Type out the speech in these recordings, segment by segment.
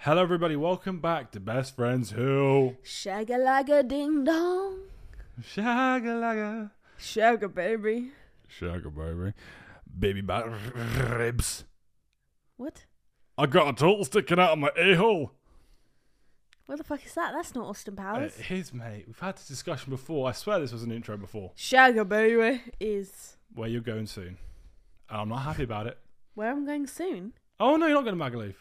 Hello, everybody. Welcome back to Best Friends Who. Shagalaga ding dong. Shagalaga. Shaga baby. Shaga, baby. Baby back ribs. What? I got a tool sticking out of my a hole. What the fuck is that? That's not Austin Powers. It is, Uh, mate. We've had this discussion before. I swear this was an intro before. Shaga baby is Where you're going soon. And I'm not happy about it. where I'm going soon. Oh, no, you're not going to Magaluf.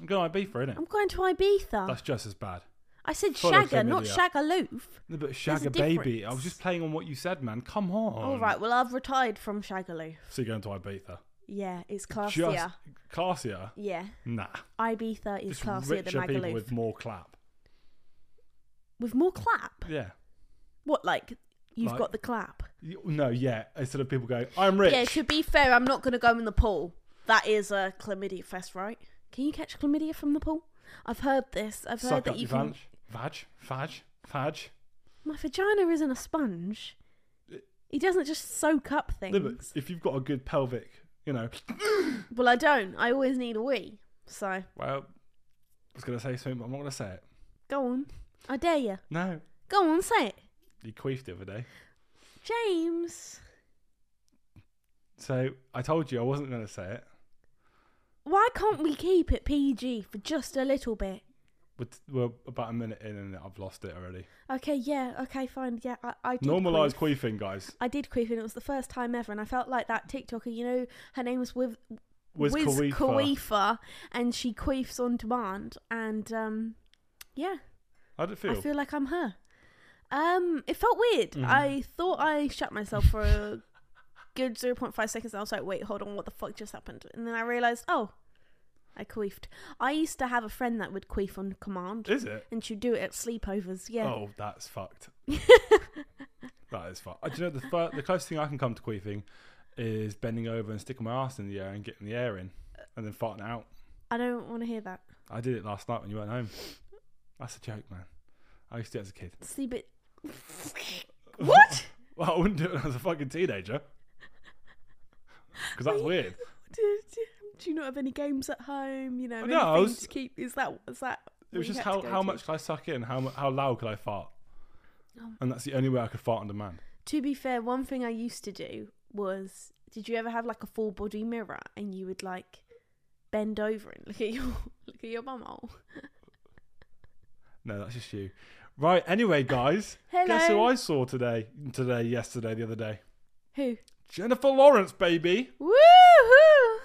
I'm going to Ibiza, innit? I'm going to Ibiza. That's just as bad. I said full of Shagga, not chlamydia. Shagaloof. No, but a Shagga Baby. difference. I was just playing on what you said, man. Come on. All right, well, I've retired from Shagaloof. So you're going to Ibiza. Yeah, it's classier. Just classier? Yeah, Nah. Ibiza is Just classier than richer people Magaluf. with With... more clap. more clap? Yeah. What, like, you've Like- got the clap? You- No, yeah. Instead of people going, I'm rich. Yeah, to be fair, I'm not going to go in the pool. That is a chlamydia fest, right? Can you catch chlamydia from the pool? I've heard this. I've heard Suck that up you your can. vag. Vag. Vag. Vag. My vagina isn't a sponge. He doesn't just soak up things. No, but if you've got a good pelvic, you know, Well, I don't. I always need a wee. So well, I was going to say something, but I'm not going to say it. go on. I dare you. No. Go on, say it, You queefed the other day. James. So I told you I wasn't going to say it. Why can't we keep it PG for just a little bit? We're, t- we're about a minute in and I've lost it already. Okay, yeah. Okay, fine. Yeah, I, I did. Normalised queef. queefing, guys. I did queef, and it was the first time ever, and I felt like that TikToker. You know, her name was with Wiz Wiz Khalifa. Khalifa, and she queefs on demand, and um, yeah, How did it feel? I feel like I'm her. Um, it felt weird. I thought I shut myself for a good 0.5 seconds, and I was like, wait, hold on, what the fuck just happened? And then I realized, oh, I queefed. I used to have a friend that would queef on command, Is it? and she'd do it at sleepovers. Yeah. Oh, that's fucked. that is fucked. Uh, Do you know the fir- the closest thing I can come to queefing is bending over and sticking my ass in the air and getting the air in, and then farting out. I don't want to hear that. I did it last night when you weren't home. That's a joke, man. I used to do it as a kid. Sleep it. what? Well, I wouldn't do it when I was a fucking teenager. Because that's weird. Do, do, do you not have any games at home? You know, No, I anything was- to keep. Is that is that? It was what you just had to how, go how to? much could I suck in? How mu- how loud could I fart? Oh. And that's the only way I could fart on demand. To be fair, one thing I used to do was did you ever have like a full body mirror and you would like bend over and look at your look at your bumhole? No, that's just you. Right. Anyway, guys, Hello. guess who I saw today? Today, yesterday, the other day. Who? Jennifer Lawrence, baby. Woohoo!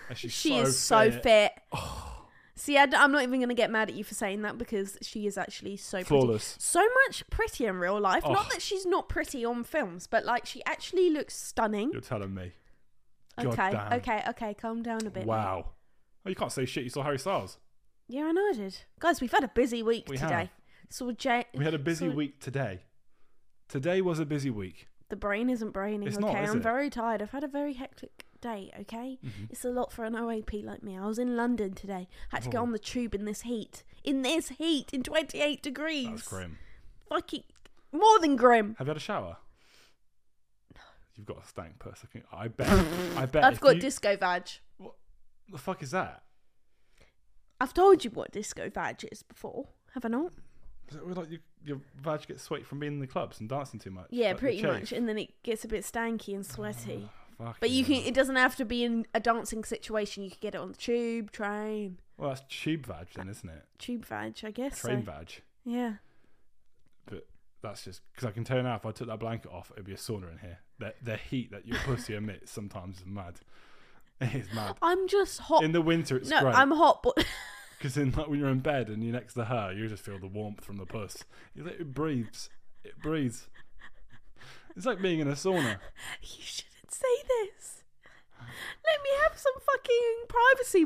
And she's she so is so fit. Oh, fit. See, I d- I'm not even going to get mad at you for saying that because she is actually so Flawless. pretty. So much pretty in real life. Oh. Not that she's not pretty on films, but like she actually looks stunning. You're telling me. God Hmm? Okay, damn. okay, okay, calm down a bit. mate. Wow. Oh, you can't say shit. You saw Harry Styles. Yeah, I know I did. Guys, we've had a busy week We today. have. Saw Jay. We had a busy saw- week today. Today was a busy week. The brain isn't braining, It's okay? not, is I'm it? Mm-hmm. very tired. I've had a very hectic day, okay? It's a lot for an OAP like me. I was in London today. Had to get Oh. on the tube in this heat. In this heat, in 28 degrees. That's grim. Fucking more than grim. Have you had a shower? You've got a stank puss. I, can, I bet. I bet. I've if got you- disco vag. What the fuck is that? I've told you what disco vag is before, have I not? Is it like you, your vag gets sweaty from being in the clubs and dancing too much? Yeah, Like your pretty chafe? much. And then it gets a bit stanky and Ah. sweaty. Fuck But you yeah. can. It doesn't have to be in a dancing situation. You can get it on the tube, train, Well, that's tube vag then, isn't it? tube vag, I guess. Train so. vag. Yeah. But that's just because I can tell you now. If I took that blanket off, it'd be a sauna in here. The, the heat that your pussy emits sometimes is mad. It is mad. I'm just hot. In the winter, it's no, great. I'm hot, but Because then, like, when you're in bed and you're next to her, you just feel the warmth from the puss. It's like It breathes. It breathes. It's like being in a sauna. you shouldn't say this. Let me have some fucking privacy,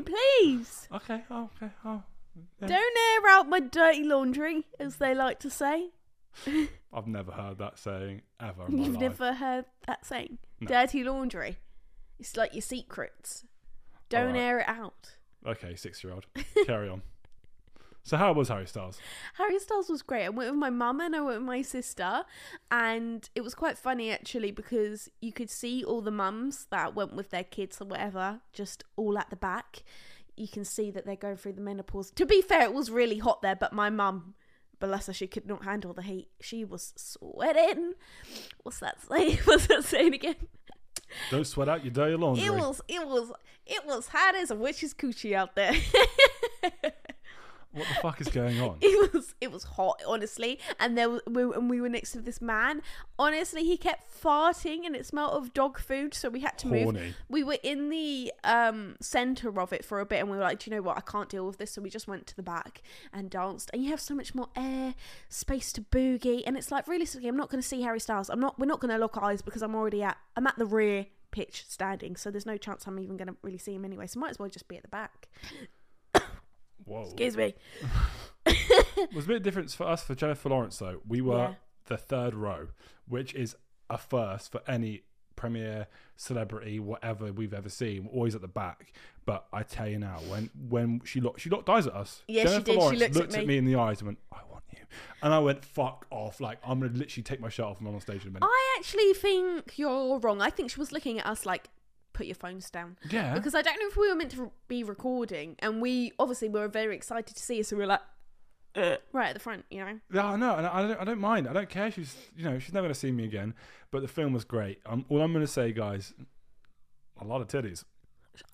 please. Okay. Oh, okay. Oh. yeah. Don't air out my dirty laundry, as they like to say. I've never heard that saying ever in my You've life. never heard that saying. Dirty laundry. It's like your secrets. Don't Alright. air it out. Okay, six-year-old. Carry on. So, how was Harry Styles? Harry Styles was great. I went with my mum and I went with my sister, and it was quite funny actually because you could see all the mums that went with their kids or whatever just all at the back. you can see that they're going through the menopause. To be fair, it was really hot there, but my mum, bless her, she could not handle the heat. She was sweating. What's that saying? What's that saying again? Don't sweat out your dirty laundry. It was, it was, it was hot as a witch's coochie out there. What the fuck is going on? it was it was hot honestly and there was, we, and we were next to this man honestly he kept farting and it smelled of dog food so we had to move Horny. we were in the um center of it for a bit and we were like do you know what i can't deal with this so we just went to the back and danced and you have so much more air space to boogie and it's like realistically i'm not going to see harry styles i'm not we're not going to lock eyes because i'm already at i'm at the rear pitch standing so there's no chance i'm even going to really see him anyway so might as well just be at the back Whoa. excuse me It was a bit of difference for us for Jennifer Lawrence though. We were Yeah. the third row, which is a first for any premiere celebrity, whatever we've ever seen. We're always at the back. But I tell you now, when when she looked she looked eyes at us. Yes, she Jennifer did. She Lawrence looked at at me. in the eyes and went, "I want you," and I went, "Fuck off!" Like I'm gonna literally take my shirt off and run on stage in a minute. I actually think you're wrong. I think she was looking at us like, put your phones down. yeah, Because I don't know if we were meant to be recording, and we obviously were very excited to see her, so we were like, "Uh," right at the front, you know? Yeah, I know, and I don't, I don't mind. I don't care. She's, you know, she's never gonna see me again. But the film was great. Um, all I'm gonna say, guys, a lot of titties,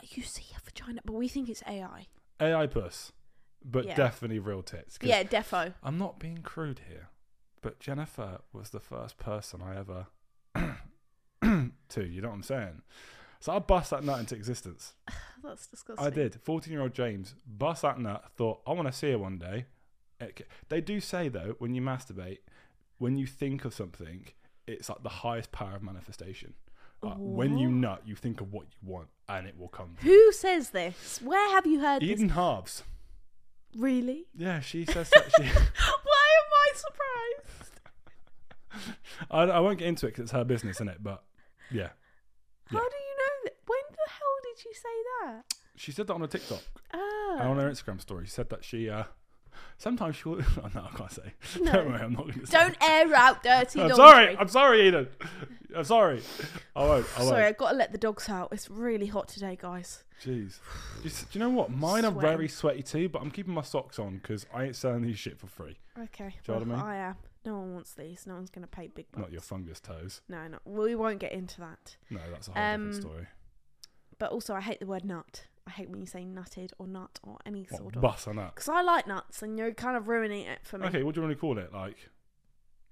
You see her vagina, but we think it's AI. AI puss, but Yeah. definitely real tits. 'Cause Yeah, defo. I'm not being crude here, but Jennifer was the first person I ever to. You know what I'm saying? So I bust that nut into existence. That's disgusting. I did. 14 year old James bust that nut. Thought I want to see her one day. It- They do say though, when you masturbate, when you think of something, it's like the highest power of manifestation. Like, when you nut, you think of what you want, and it will come. Who says this? Where have you heard this? Eden Harves. Really? Yeah, she says that. She, Why am I surprised? I, I won't get into it because it's her business, isn't it? But yeah, How do you know that? When the hell did you say that? she said that on a TikTok Oh. and on her Instagram story. She said that she. uh Sometimes she. will Oh, no, I can't say. Ah, No. Don't worry, I'm not going to say. Don't air out dirty I'm laundry. sorry. I'm sorry, Eden. I'm sorry. I won't. I won't. Sorry, I've got to let the dogs out. It's really hot today, guys. Jeez. Just, do you know what? Mine are Sweating. very sweaty too, but I'm keeping my socks on because I ain't selling these shit for free. Okay. Do you know what I well, mean? am. No one wants these. No one's going to pay big bucks. Not your fungus toes. No, no. We won't get into that. No, that's a whole Um, different story. But also, I hate the word nut. I hate when you say nutted or nut or any sort What, of. bus and that. Because I like nuts, and you're kind of ruining it for me. Okay, what do you want to call it? Like,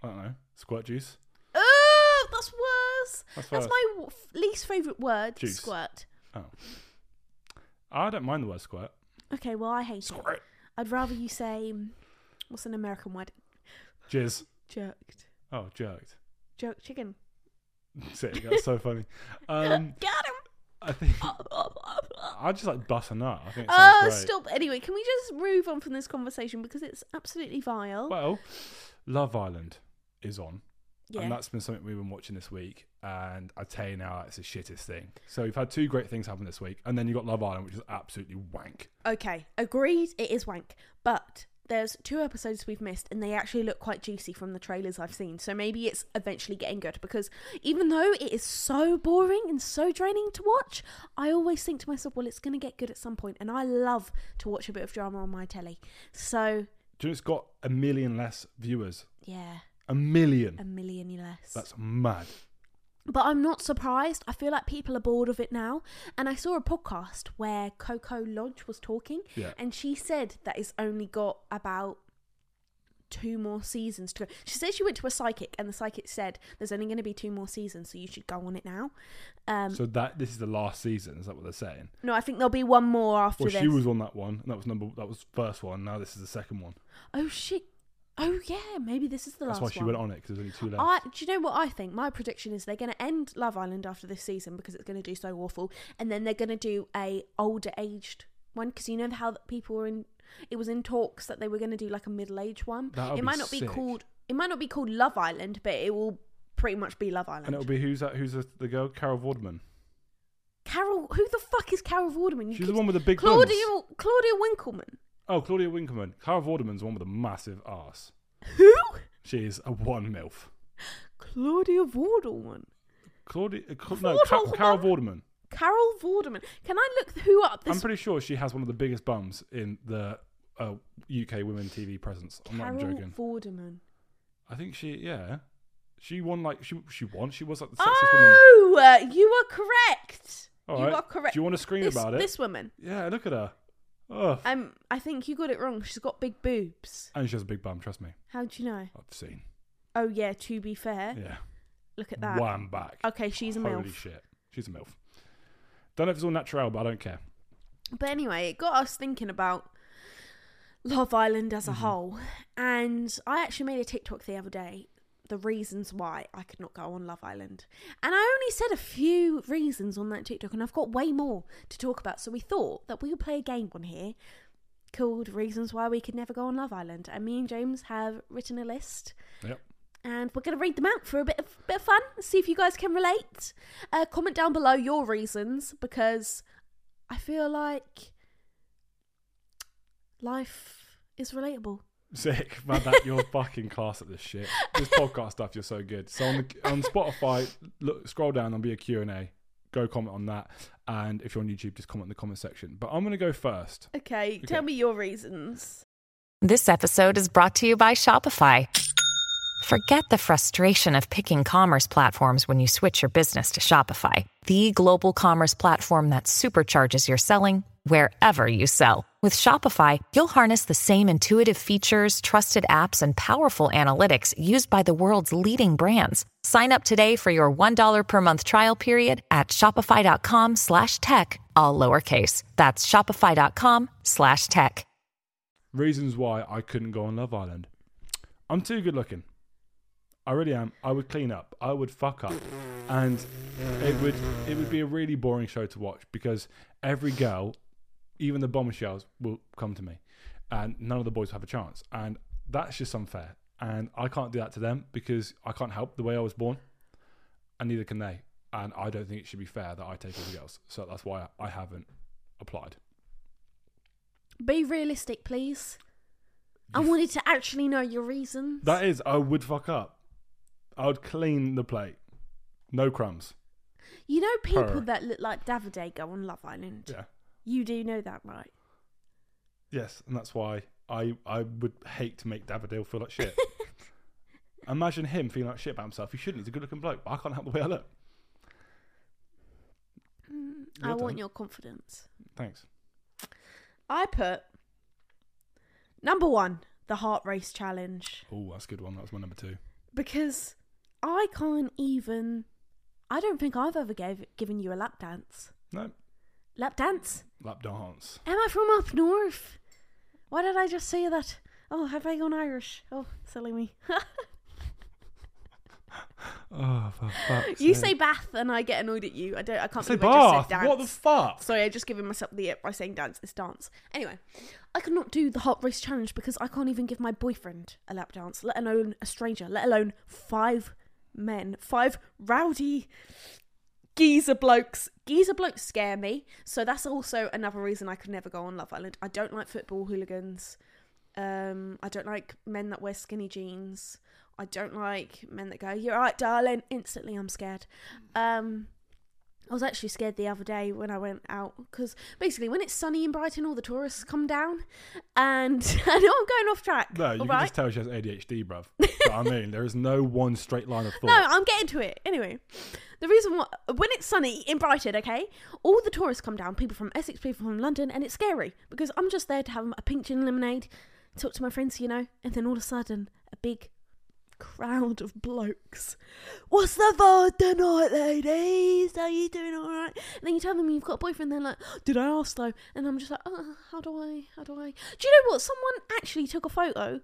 I don't know, squirt juice? Oh, that's worse. That's That's first. my w- f- least favorite word. Juice. Squirt. I don't mind the word squirt. Okay, well, I hate it. Squirt. I'd rather you say mm, what's an American word? Jizz. Jerked. Oh, jerked. Jerk chicken. Sick. That's so funny. Um, Got I think him. I just like bus and that. I think it sounds Oh, great. stop. Anyway, can we just move on from this conversation because it's absolutely vile. Well, Love Island is on. yeah. And that's been something we've been watching this week. And I tell you now, it's the shittest thing. So we've had two great things happen this week. And then you got Love Island, which is absolutely wank. Okay, agreed. It is wank. But there's two episodes we've missed and they actually look quite juicy from the trailers I've seen. So maybe it's eventually getting good because even though it is so boring and so draining to watch, I always think to myself, well, it's going to get good at some point. And I love to watch a bit of drama on my telly. So, Do you know it's got a million less viewers? yeah, A million. a million less. That's mad. But I'm not surprised. I feel like people are bored of it now. And I saw a podcast where Coco Lodge was talking, Yeah. and she said that it's only got about two more seasons to go. She said she went to a psychic, and the psychic said there's only going to be two more seasons, so you should go on it now. Um, So that this is the last season. Is that what they're saying? no, I think there'll be one more after Well, this. she was on that one, and that was number. That was first one. Now this is the second one. oh shit! Oh yeah, maybe this is the That's last why she one. went on it because there's only two left. I, do you know what I think? My prediction is they're going to end Love Island after this season because it's going to do so awful, and then they're going to do a older aged one because you know how that people were in. It was in talks that they were going to do like a middle aged one. That would it be might not be sick. called. It might not be called Love Island, but it will pretty much be Love Island. and it'll be who's that? Who's the, the girl? Carol Vorderman. Carol, who the fuck is Carol Vorderman? You She's the keep- one with the big Claudia buns. Claudia Winkleman. Oh, Claudia Winkelman. Carol Vorderman's the one with a massive ass. Who? She is a one milf. Claudia Vorderman. Claudia. Uh, Cla- no, Ca- Vorderman? Carol Vorderman. Carol Vorderman. Can I look who up? I'm This pretty sure she has one of the biggest bums in the uh, UK women TV presence. I'm Carol not joking. Vorderman. I think she, yeah, she won like she she won. She was like the sexiest woman. Oh, uh, you are correct. All Ah, you right. are correct. Do you want to scream this, about it? This woman. Yeah, look at her. Oh, Um, I think you got it wrong. She's got big boobs. and she has a big bum. Trust me, How do you know? I've seen. Oh yeah. To be fair, Yeah, look at that. wham back. Okay, she's a Holy milf. shit, she's a milf. Don't know if it's all natural, but I don't care. But anyway, it got us thinking about Love Island as a whole. And I actually made a TikTok the other day, the reasons why I could not go on Love Island. And I only said a few reasons on that TikTok, and I've got way more to talk about. So we thought that we would play a game on here called Reasons Why We Could Never Go on Love Island. And me and James have written a list. Yep. And we're going to read them out for a bit of, bit of fun, see if you guys can relate. Uh, comment down below your reasons because I feel like life is relatable. Sick, man. That you're fucking class at this shit. This podcast stuff, you're so good. So on the, on Spotify, look, scroll down. There'll be a Q and A. Go comment on that, and if you're on YouTube, just comment in the comment section. But I'm gonna go first. Okay, tell me your reasons. This episode is brought to you by Shopify. Forget the frustration of picking commerce platforms when you switch your business to Shopify, the global commerce platform that supercharges your selling wherever you sell. With Shopify, you'll harness the same intuitive features, trusted apps, and powerful analytics used by the world's leading brands. Sign up today for your $1 per month trial period at shopify.com slash tech, all lowercase. That's shopify.com slash tech. Reasons why I couldn't go on Love Island. I'm too good looking. I really am. I would clean up. I would fuck up, and it would it would be a really boring show to watch because every girl, even the bombshells, will come to me, and none of the boys have a chance, and that's just unfair. And I can't do that to them because I can't help the way I was born, and neither can they. And I don't think it should be fair that I take all the girls, so that's why I haven't applied. Be realistic, please. I wanted to actually know your reasons. That is, I would fuck up. I would clean the plate. No crumbs. you know people Her. that look like Davide go on Love Island? Yeah. You do know that, right? Yes, and that's why I I would hate to make Davadil feel like shit. Imagine him feeling like shit about himself. He shouldn't. He's a good looking bloke, but I can't help the way I look. I Well want done. your confidence. Thanks. I put number one, the heart race challenge. Oh, that's a good one. That was my number two. because I can't even. I don't think I've ever gave, given you a lap dance. No, Lap dance? lap dance. Am I from up north? Why did I just say that? Oh, have I gone Irish? Oh, silly me. Oh, for fuck's you say sake. bath, and I get annoyed at you. I don't. I I can't say believe I bath. just said dance. What the fuck? Sorry, I just giving myself the it by saying dance. It's dance. Anyway, I could not do the hot race challenge because I can't even give my boyfriend a lap dance, let alone a stranger, let alone five men, five rowdy geezer blokes. Geezer blokes scare me, so that's also another reason I could never go on Love Island. I don't like football hooligans. Um, I don't like men that wear skinny jeans. I don't like men that go, "You're right, darling." Instantly, I'm scared. Um, I was actually scared the other day when I went out because basically when it's sunny in Brighton, all the tourists come down, and I know I'm going off track. No, you all can right? just tell she has ADHD, bruv. But I mean, there is no one straight line of thought. No, I'm getting to it. Anyway, the reason why when it's sunny in Brighton, okay, all the tourists come down, people from Essex, people from London, and it's scary because I'm just there to have a pink gin lemonade, talk to my friends, you know, and then all of a sudden a big crowd of blokes. What's the vibe tonight, ladies? Are you doing all right? And then you tell them you've got a boyfriend. They're like, did I ask though? And I'm just like, oh, how do I? How do I? Do you know what? Someone actually took a photo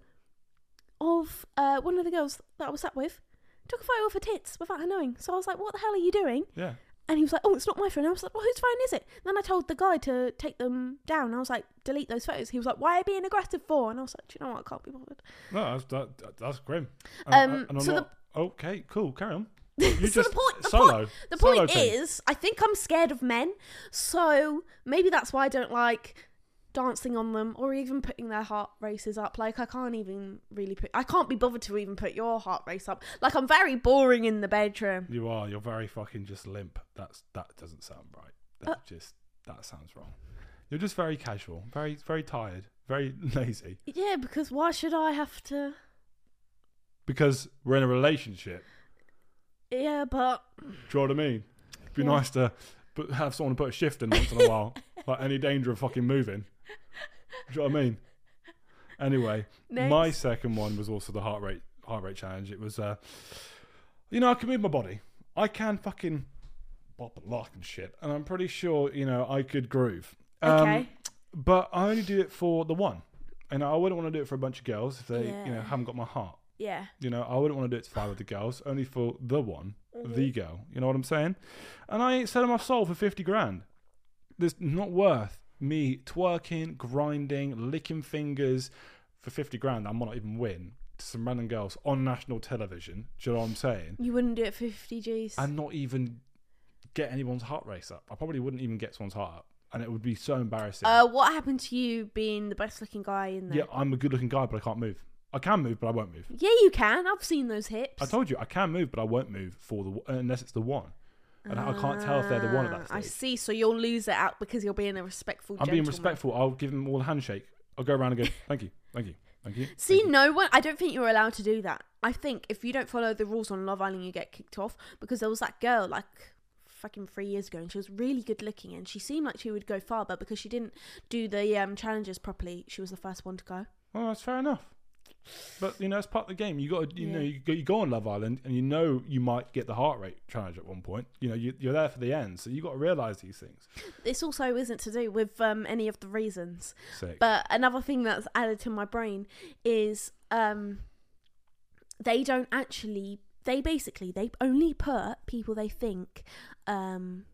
of uh, one of the girls that I was sat with took a photo of her tits without her knowing. So I was like, what the hell are you doing? Yeah. And he was like, oh, it's not my phone. I was like, well, whose phone is it? And then I told the guy to take them down. I was like, delete those photos. He was like, why are you being aggressive for? And I was like, do you know what? I can't be bothered. No, that's, that, that- that's grim. Um, I'm so the- okay, cool, carry on. You so just the point, the solo. point, the solo point thing. is, I think I'm scared of men, so maybe that's why I don't like dancing on them or even putting their heart races up. Like I can't even really put I can't be bothered to even put your heart race up. Like I'm very boring in the bedroom. You are. You're very fucking just limp. That's that doesn't sound right. Uh. That just that sounds wrong. You're just very casual, very very tired, very lazy. Yeah, because why should I have to Because we're in a relationship. Yeah, but Do you know what I mean? It'd be nice to put, have someone put a shift in once in a while. like any danger of fucking moving. Do you know what I mean? Anyway, my Next. second one was also the heart rate heart rate challenge. It was uh you know, I can move my body. I can fucking bop and lock and shit. And I'm pretty sure, you know, I could groove. Um, okay. But I only did it for the one. And I wouldn't want to do it for a bunch of girls if they, you know, Yeah. haven't got my heart. Yeah. You know, I wouldn't want to do it to five of the girls, only for the one, the girl. You know what I'm saying? And I ain't selling my soul for 50 grand. There's not worth me twerking, grinding, licking fingers for 50 grand. I might not even win to some random girls on national television. Do you know what I'm saying? You wouldn't do it for 50 G's. And not even get anyone's heart race up. I probably wouldn't even get someone's heart up. And it would be so embarrassing. Uh, what happened to you being the best looking guy in there? yeah, I'm a good looking guy, but I can't move. I can move, but I won't move. Yeah, you can. I've seen those hips. I told you I can move, but I won't move for the unless it's the one, and I can't tell if they're the one at that Ah, I stage. see. So you'll lose it out because you're being a respectful. I'm being gentleman. respectful. I'll give them all a handshake. I'll go around and go, thank you, thank you, thank you. See, thank you." no one. I don't think you're allowed to do that. I think if you don't follow the rules on Love Island, you get kicked off. Because there was that girl, like fucking three years ago, and she was really good looking, and she seemed like she would go far, but because she didn't do the um, challenges properly, she was the first one to go. Well, that's fair enough. But you know, it's part of the game. You got to, you know, Yeah. you go, you go on Love Island, and you know you might get the heart rate challenge at one point. You know, you, you're there for the end, so you got to realize these things. This also isn't to do with um, any of the reasons. Sick. But another thing that's added to my brain is um, they don't actually. They basically they only put people they think um,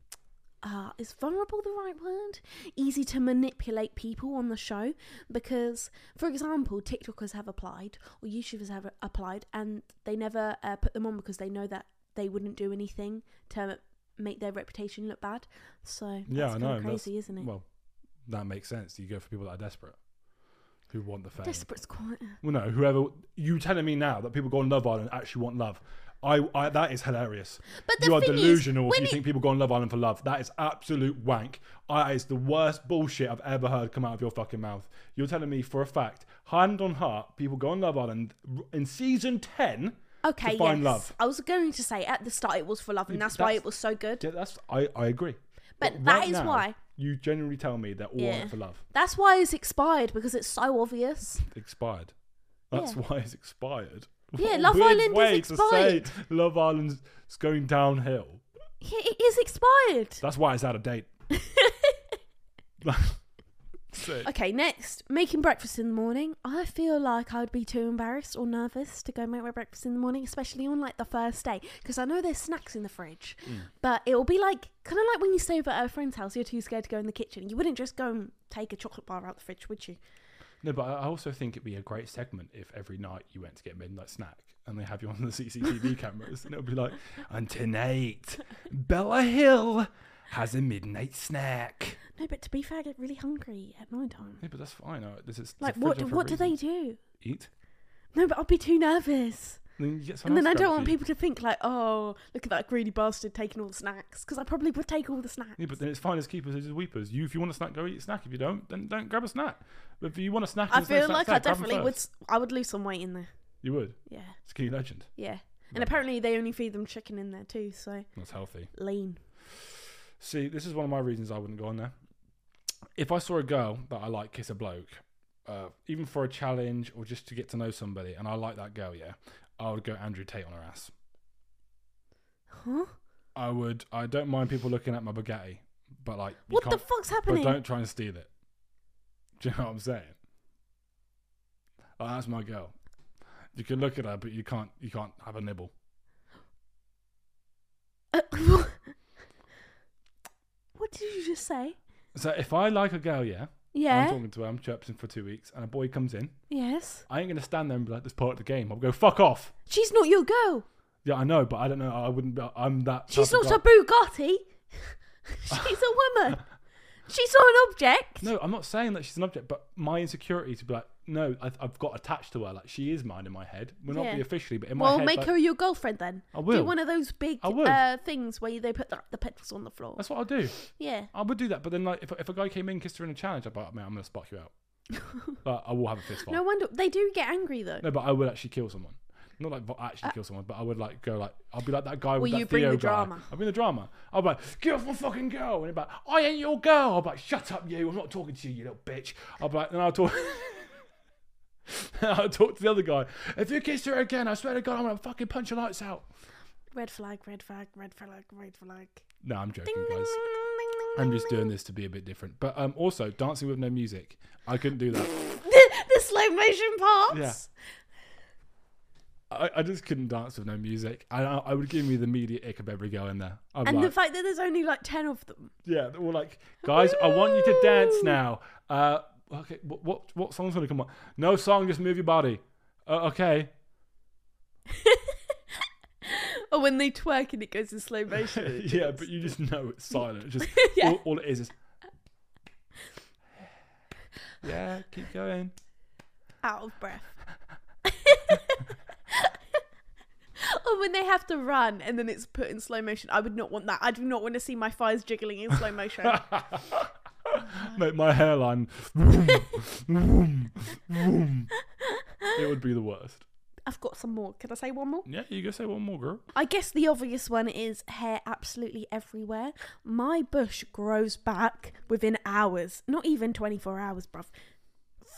uh, is vulnerable the right word easy to manipulate people on the show because for example TikTokers have applied or YouTubers have applied and they never uh, put them on because they know that they wouldn't do anything to make their reputation look bad. So yeah, that's I kinda know. that's- crazy, isn't it? Well, that makes sense. You go for people that are desperate, who want the fame. Desperate's quite. Well, no, whoever you telling me now that people go on Love Island actually want love. I, I that is hilarious. But the you are thing is, delusional if when you it- think people go on Love Island for love. That is absolute wank. That is the worst bullshit I've ever heard come out of your fucking mouth. You're telling me for a fact, hand on heart, people go on Love Island in season ten. Okay, to find yes. love. I was going to say at the start it was for love, and that's, why That's- it was so good. Yeah, that's I, I agree. But that that is is why- you genuinely tell me they're all in Yeah. it for love. That's why it's expired because it's so obvious. expired. That's Yeah. why it's expired. What Yeah, a Love weird Island is way To expired. say Love Island's going downhill. Yeah, it is expired. That's why it's out of date. Sick. Okay, next, making breakfast in the morning. I feel like I'd be too embarrassed or nervous to go make my breakfast in the morning, especially on like the first day, because I know there's snacks in the fridge. Mm. But it'll be like kind of like when you stay over at a friend's house, you're too scared to go in the kitchen. You wouldn't just go and take a chocolate bar out the fridge, would you? No, but I also think it'd be a great segment if every night you went to get midnight snack and they have you on the CCTV cameras and it'll be like, and tonight Bella Hill has a midnight snack. No, but to be fair, I get really hungry at night time. Yeah, but that's fine. uh, This is it's a Like, fridge what? there for a What do reason. they do? eat? No, but I'd be too nervous. Then you get And someone then I else to don't grab want it for you. people to think like, oh, look at that greedy bastard taking all the snacks, because I probably would take all the snacks. Yeah, but then it's fine as keepers as weepers. You, if you want a snack, go eat a snack. If you don't, then don't grab a snack. But if you want a snack, I and there's feel no like snack, I snack, grab 'em definitely would. first. s- I would lose some weight in there. You would. Yeah, Skinny legend. yeah. Right. And apparently they only feed them chicken in there too, so That's healthy. lean. See, this is one of my reasons I wouldn't go on there. If I saw a girl that I like kiss a bloke, uh, even for a challenge or just to get to know somebody, and I like that girl, yeah, I would go Andrew Tate on her ass. Huh? I would. I don't mind people looking at my Bugatti, but like, you What the can't- fuck's but happening? don't try and steal it. Do you know what I'm saying? Like, that's my girl. You can look at her, but you can't. You can't have a nibble. Uh, what did you just say? So if I like a girl, yeah, I'm Yeah. talking to her, I'm chirping for two weeks, and a boy comes in. Yes. I ain't gonna stand there and be like, "This part of the game." I'll go, "Fuck off." She's not your girl. Yeah, I know, but I don't know. I wouldn't. be- I'm that. She's type not of guy. a Bugatti. She's a woman. She saw an object. No, I'm not saying that she's an object, but my insecurity to be like, no, I've, I've got attached to her. Like she is mine in my head. We're not Yeah. be officially, but in my well, head, make like, her your girlfriend then. I will. Do one of those big I would. uh, things where they put the, the petals on the floor. That's what I'll do. yeah. I would do that, but then like if, if a guy came in, kissed her in a challenge, I'd be like, "Oh, man, I'm gonna spark you out. like, I will have a fist fight. No wonder they do get angry though. No, but I would actually kill someone. Not like vo- actually kill someone, but I would like go like I'll be like that guy with Uh, Will that you bring Theo the guy. drama? I'll be the drama. I'll be like, get off my fucking girl, and he'll be like, I ain't your girl. I'll be like, shut up, you. I'm not talking to you, you little bitch. I'll be like, then I'll talk. then I'll talk to the other guy. If you kiss her again, I swear to God, I'm gonna fucking punch your lights out. Red flag, red flag, red flag, red flag. No, I'm joking, Ding, ding, guys. ding, ding, I'm ding, just doing this to be a bit different. But um, also, dancing with no music, I couldn't do that. the, the slow motion parts. I, I just couldn't dance with no music. I, I would give me the immediate ick of every girl in there. I'm And like, the fact that there's only like 10 of them. yeah, they were like, guys, I want you to dance Woo! now. Uh, okay, what what, what song's gonna come on? No song, just move your body. Uh, okay, Or when they twerk and it goes in slow motion. It yeah, goes- but you just know it's silent. It's just Yeah. all, all it is is. Yeah, keep going. out of breath. or when they have to run and then it's put in slow motion. I would not want that. I do not want to see my thighs jiggling in slow motion. Mate, my hairline. Vroom, vroom, vroom. It would be the worst. I've got some more. Can I say one more? Yeah, you go say one more, girl. I guess the obvious one is hair absolutely everywhere. My bush grows back within hours, not even 24 hours, bruv.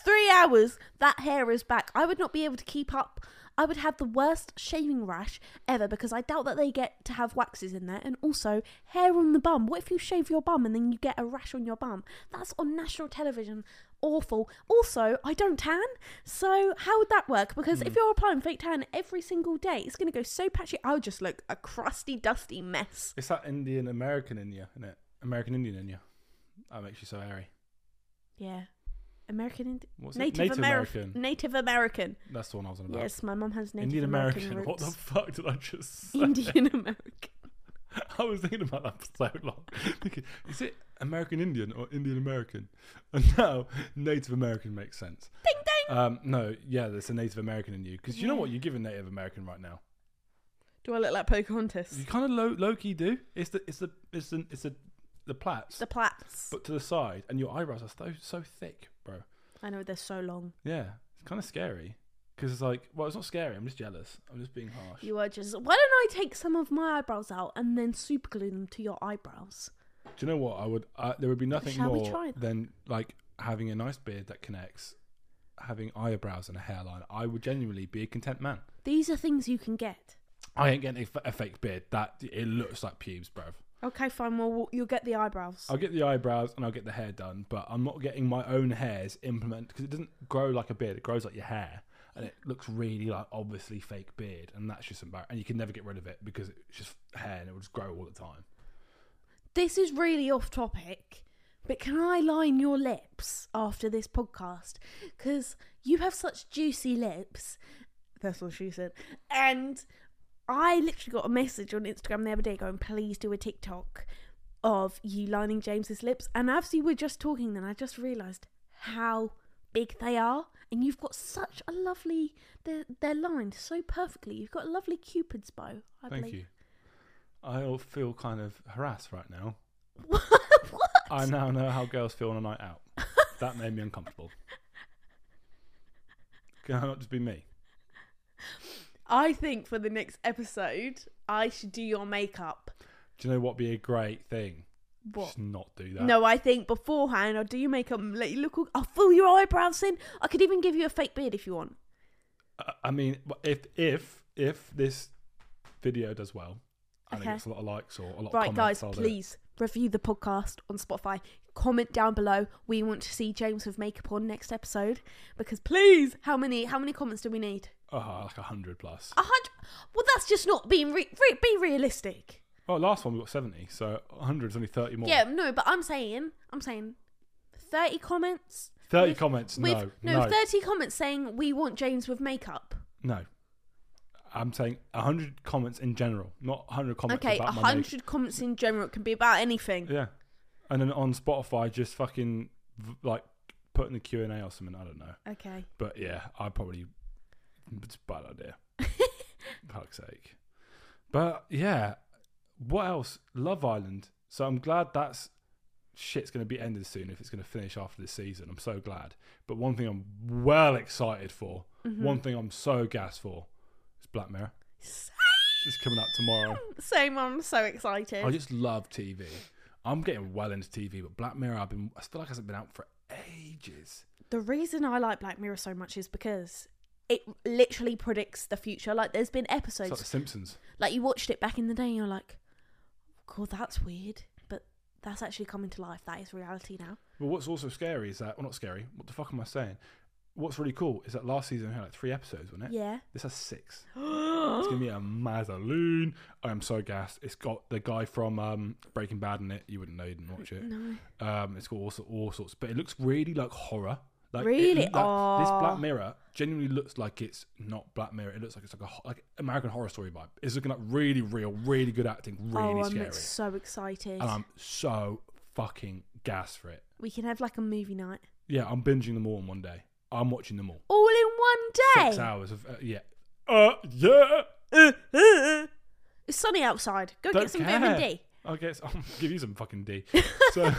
Three hours, that hair is back. I would not be able to keep up. I would have the worst shaving rash ever because I doubt that they get to have waxes in there. And also, hair on the bum. What if you shave your bum and then you get a rash on your bum? That's on national television. Awful. Also, I don't tan. So, how would that work? Because Hmm. if you're applying fake tan every single day, it's going to go so patchy. I'll just look a crusty, dusty mess. It's that Indian American in you, isn't it? American Indian in you. That makes you so hairy. Yeah. American. Indi- What's it? Native, Native Ameri- American. Native American. That's the one I was on about. Yes, my mum has Native Indian American. American. What the roots. fuck did I just say? Indian American. I was thinking about that for so long. Thinking, is it American Indian or Indian American? And now Native American makes sense. Ding ding. Um, no, yeah, there's a Native American in you because you know what you're giving Native American right now. Do I look like Pocahontas? You kind of low low key do. It's the it's the it's the it's the the plaits, The plaits. but to the side, and your eyebrows are so so thick, bro. I know they're so long. Yeah, it's kind of scary because it's like, well, it's not scary. I'm just jealous. I'm just being harsh. You are just. Why don't I take some of my eyebrows out and then super glue them to your eyebrows? Do you know what? I would. Uh, there would be nothing Shall we more try that? than like having a nice beard that connects, having eyebrows and a hairline. I would genuinely be a content man. These are things you can get. I ain't getting a, f- a fake beard. That it looks like pubes, bruv. Okay, fine. Well, we'll- you'll get the eyebrows. I'll get the eyebrows and I'll get the hair done, but I'm not getting my own hairs implemented because it doesn't grow like a beard. It grows like your hair, and it looks really like obviously fake beard, and that's just embarrassing. And you can never get rid of it because it's just hair and it will just grow all the time. This is really off topic, but can I line your lips after this podcast? Because you have such juicy lips. That's what she said. And I literally got a message on Instagram the other day going, please do a TikTok of you lining James's lips. And as you were just talking, then I just realised how big they are. And you've got such a lovely, they're, they're lined so perfectly. You've got a lovely Cupid's bow. I Thank believe. you. I all feel kind of harassed right now. what? I now know how girls feel on a night out. That made me uncomfortable. Can I not just be me? I think for the next episode, I should do your makeup. Do you know what would be a great thing? What? Just not do that. No, I think beforehand, I'll do your makeup and let you look. All- I'll fill your eyebrows in. I could even give you a fake beard if you want. I- I mean, if if if this video does well, I think Okay. it's a lot of likes or a lot Right, of guys, comments. I'll do it. please review the podcast on Spotify. Comment down below. We want to see James with makeup on next episode because please, how many how many comments do we need? Oh, like a hundred plus. A hundred. Well, that's just not being re- re- be realistic. Oh, last one we got seventy, so a hundred is only thirty more. Yeah, no, but I'm saying I'm saying thirty comments. thirty with- comments. with no, no, 30 comments saying we want James with makeup. no. I'm saying a hundred comments in general, not a hundred comments Okay, about a my makeup. 100 comments in general it can be about anything. Yeah. and then on Spotify, just fucking v- like putting the Q and A or something. I don't know, Okay. but yeah, I probably it's a bad idea. Fuck's sake. But yeah, what else? Love Island. So I'm glad that's shit's going to be ended soon if it's going to finish after this season. I'm so glad. But one thing I'm well excited for, one thing I'm so gassed for, is Black Mirror. It's coming up tomorrow. Same, I'm so excited. I just love TV. I'm getting well into TV, but Black Mirror, I've been, I feel like it hasn't been out for ages. the reason I like Black Mirror so much is because it literally predicts the future. Like, there's been It's episodes, like The Simpsons. like, you watched it back in the day and you're like, God, that's weird. But that's actually coming to life. That is reality now. But what's also scary is that, well, not scary, what the fuck am I saying? What's really cool is that last season had like three episodes, wasn't it? Yeah. This has six. it's gonna be a mazaloon. I am so gassed. It's got the guy from um, Breaking Bad in it. You wouldn't know. You didn't watch it. No. Um, it's got all, sor- all sorts, but it looks really like horror. Like it Really? look- like, this Aw. Black Mirror genuinely looks like it's not Black Mirror. It looks like it's like a ho- like American Horror Story vibe. It's looking like really real, really good acting, really oh, I'm scary, ex- so excited. and I'm so fucking gassed for it. we can have like a movie night. Yeah, I'm binging them all in one day. I'm watching them all. All in one Six day. hours of uh, yeah, uh, yeah. It's sunny outside. Go get some vitamin D. I guess I'll give you some fucking D. So,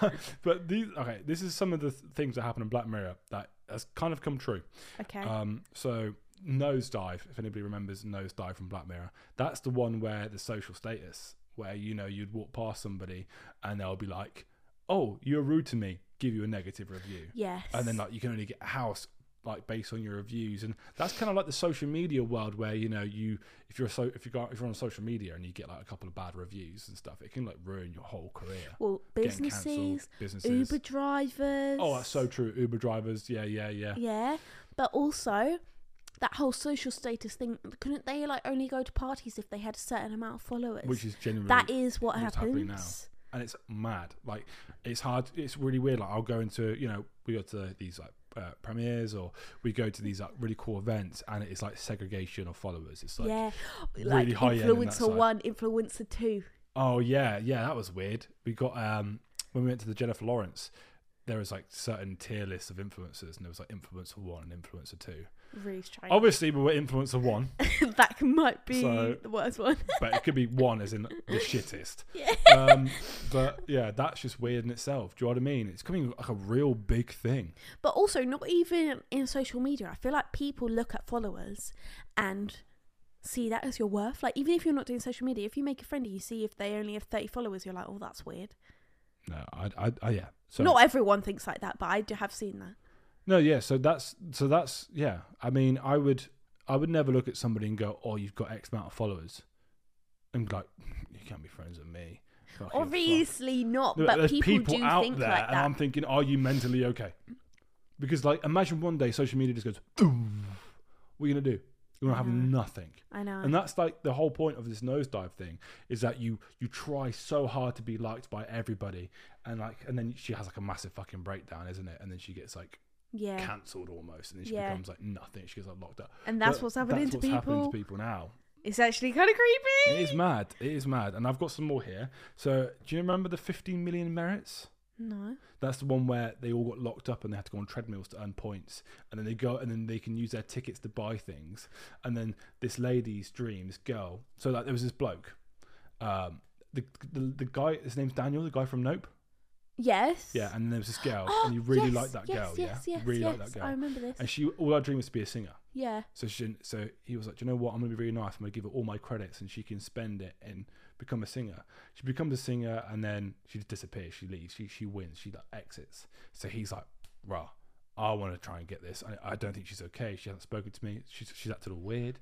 but these okay. This is some of the th- things that happen in Black Mirror that has kind of come true. Okay. Um, so nosedive, if anybody remembers nosedive from Black Mirror, that's the one where the social status, where you know you'd walk past somebody and they'll be like, "Oh, you're rude to me," give you a negative review yes. and then like you can only get a house like based on your reviews and that's kind of like the social media world where you know you if you're so if you got if you're on social media and you get like a couple of bad reviews and stuff it can like ruin your whole career well, getting cancelled, businesses, businesses Uber drivers. oh that's so true uber drivers yeah yeah yeah Yeah, but also that whole social status thing. Couldn't they like only go to parties if they had a certain amount of followers? which is genuinely that is what what's happening now. happens. and it's mad. Like it's hard. It's really weird. Like I'll go into you know we go to these like uh, premieres or we go to these like really cool events and it's like segregation of followers. It's like yeah, really like high-end on that influencer side. one, influencer two. oh yeah, yeah that was weird. We got um when we went to the Jennifer Lawrence, there was like certain tier lists of influencers and there was like influencer one and influencer two. Really trying. Obviously we were influencer one, that might be So- the worst one. but it could be one as in the shittest. yeah. Um, but yeah, that's just weird in itself. Do you know what I mean? It's coming like a real big thing. But also, not even in social media. I feel like people look at followers and see that as your worth. Like, even if you're not doing social media, if you make a friend and you see if they only have 30 followers, you're like, oh, that's weird. No, I, I, I yeah. So not everyone thinks like that, but I do have seen that. No, yeah. So that's so that's yeah. I mean, I would I would never look at somebody and go, "Oh, you've got X amount of followers," and be like, "You can't be friends with me." Fuck you, fuck." Obviously not, No, but there's people, do think like and that. I'm thinking, "Are you mentally okay?" Because like, imagine one day social media just goes, "Boom." "What are you gonna do? You're gonna have nothing." I know. And that's like the whole point of this nosedive thing is that you you try so hard to be liked by everybody, and like, and then she has like a massive fucking breakdown, isn't it? And then she gets like yeah. cancelled almost, and then she Yeah. becomes like nothing. She gets like locked up, And that's what's happening that's to what's happening to people. people now. It's actually kind of creepy. It is mad. It is mad. And I've got some more here. So do you remember the 15 million merits? No. That's the one where they all got locked up and they had to go on treadmills to earn points, and then they go and then they can use their tickets to buy things. And then this lady's dream, this girl. So like there was this bloke, um, the, the the guy. His name's Daniel, the guy from Nope. Yes. Yeah, and there was this girl, Oh, and you really yes, liked that yes, girl. Yes, yeah, yes, really yes. liked that girl. I remember this. And she, all I dream was to be a singer. yeah. So she, didn't- so he was like, "Do you know what? I'm gonna be really nice. I'm gonna give her all my credits, and she can spend it and become a singer." She becomes a singer, and then she just disappears. She leaves. She she wins. She like exits. So he's like, "Rah, I want to try and get this. I, I don't think she's okay. She hasn't spoken to me. She's she's acted all weird."